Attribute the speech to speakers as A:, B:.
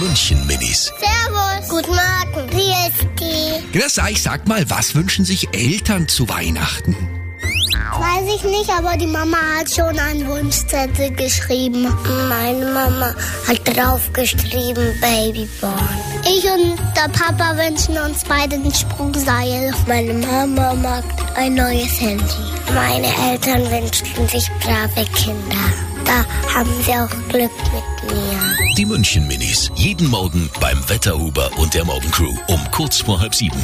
A: München Minis.
B: Servus. Guten Morgen. Wie ist die?
A: Grüß euch, sag mal, was wünschen sich Eltern zu Weihnachten?
B: Weiß ich nicht, aber die Mama hat schon einen Wunschzettel geschrieben. Meine Mama hat draufgeschrieben Babyborn. Ich und der Papa wünschen uns beide ein Sprungseil. Meine Mama mag ein neues Handy. Meine Eltern wünschten sich brave Kinder. Da haben sie auch Glück mit mir.
A: Die München Minis. Jeden Morgen beim Wetterhuber und der Morgencrew um kurz vor halb sieben.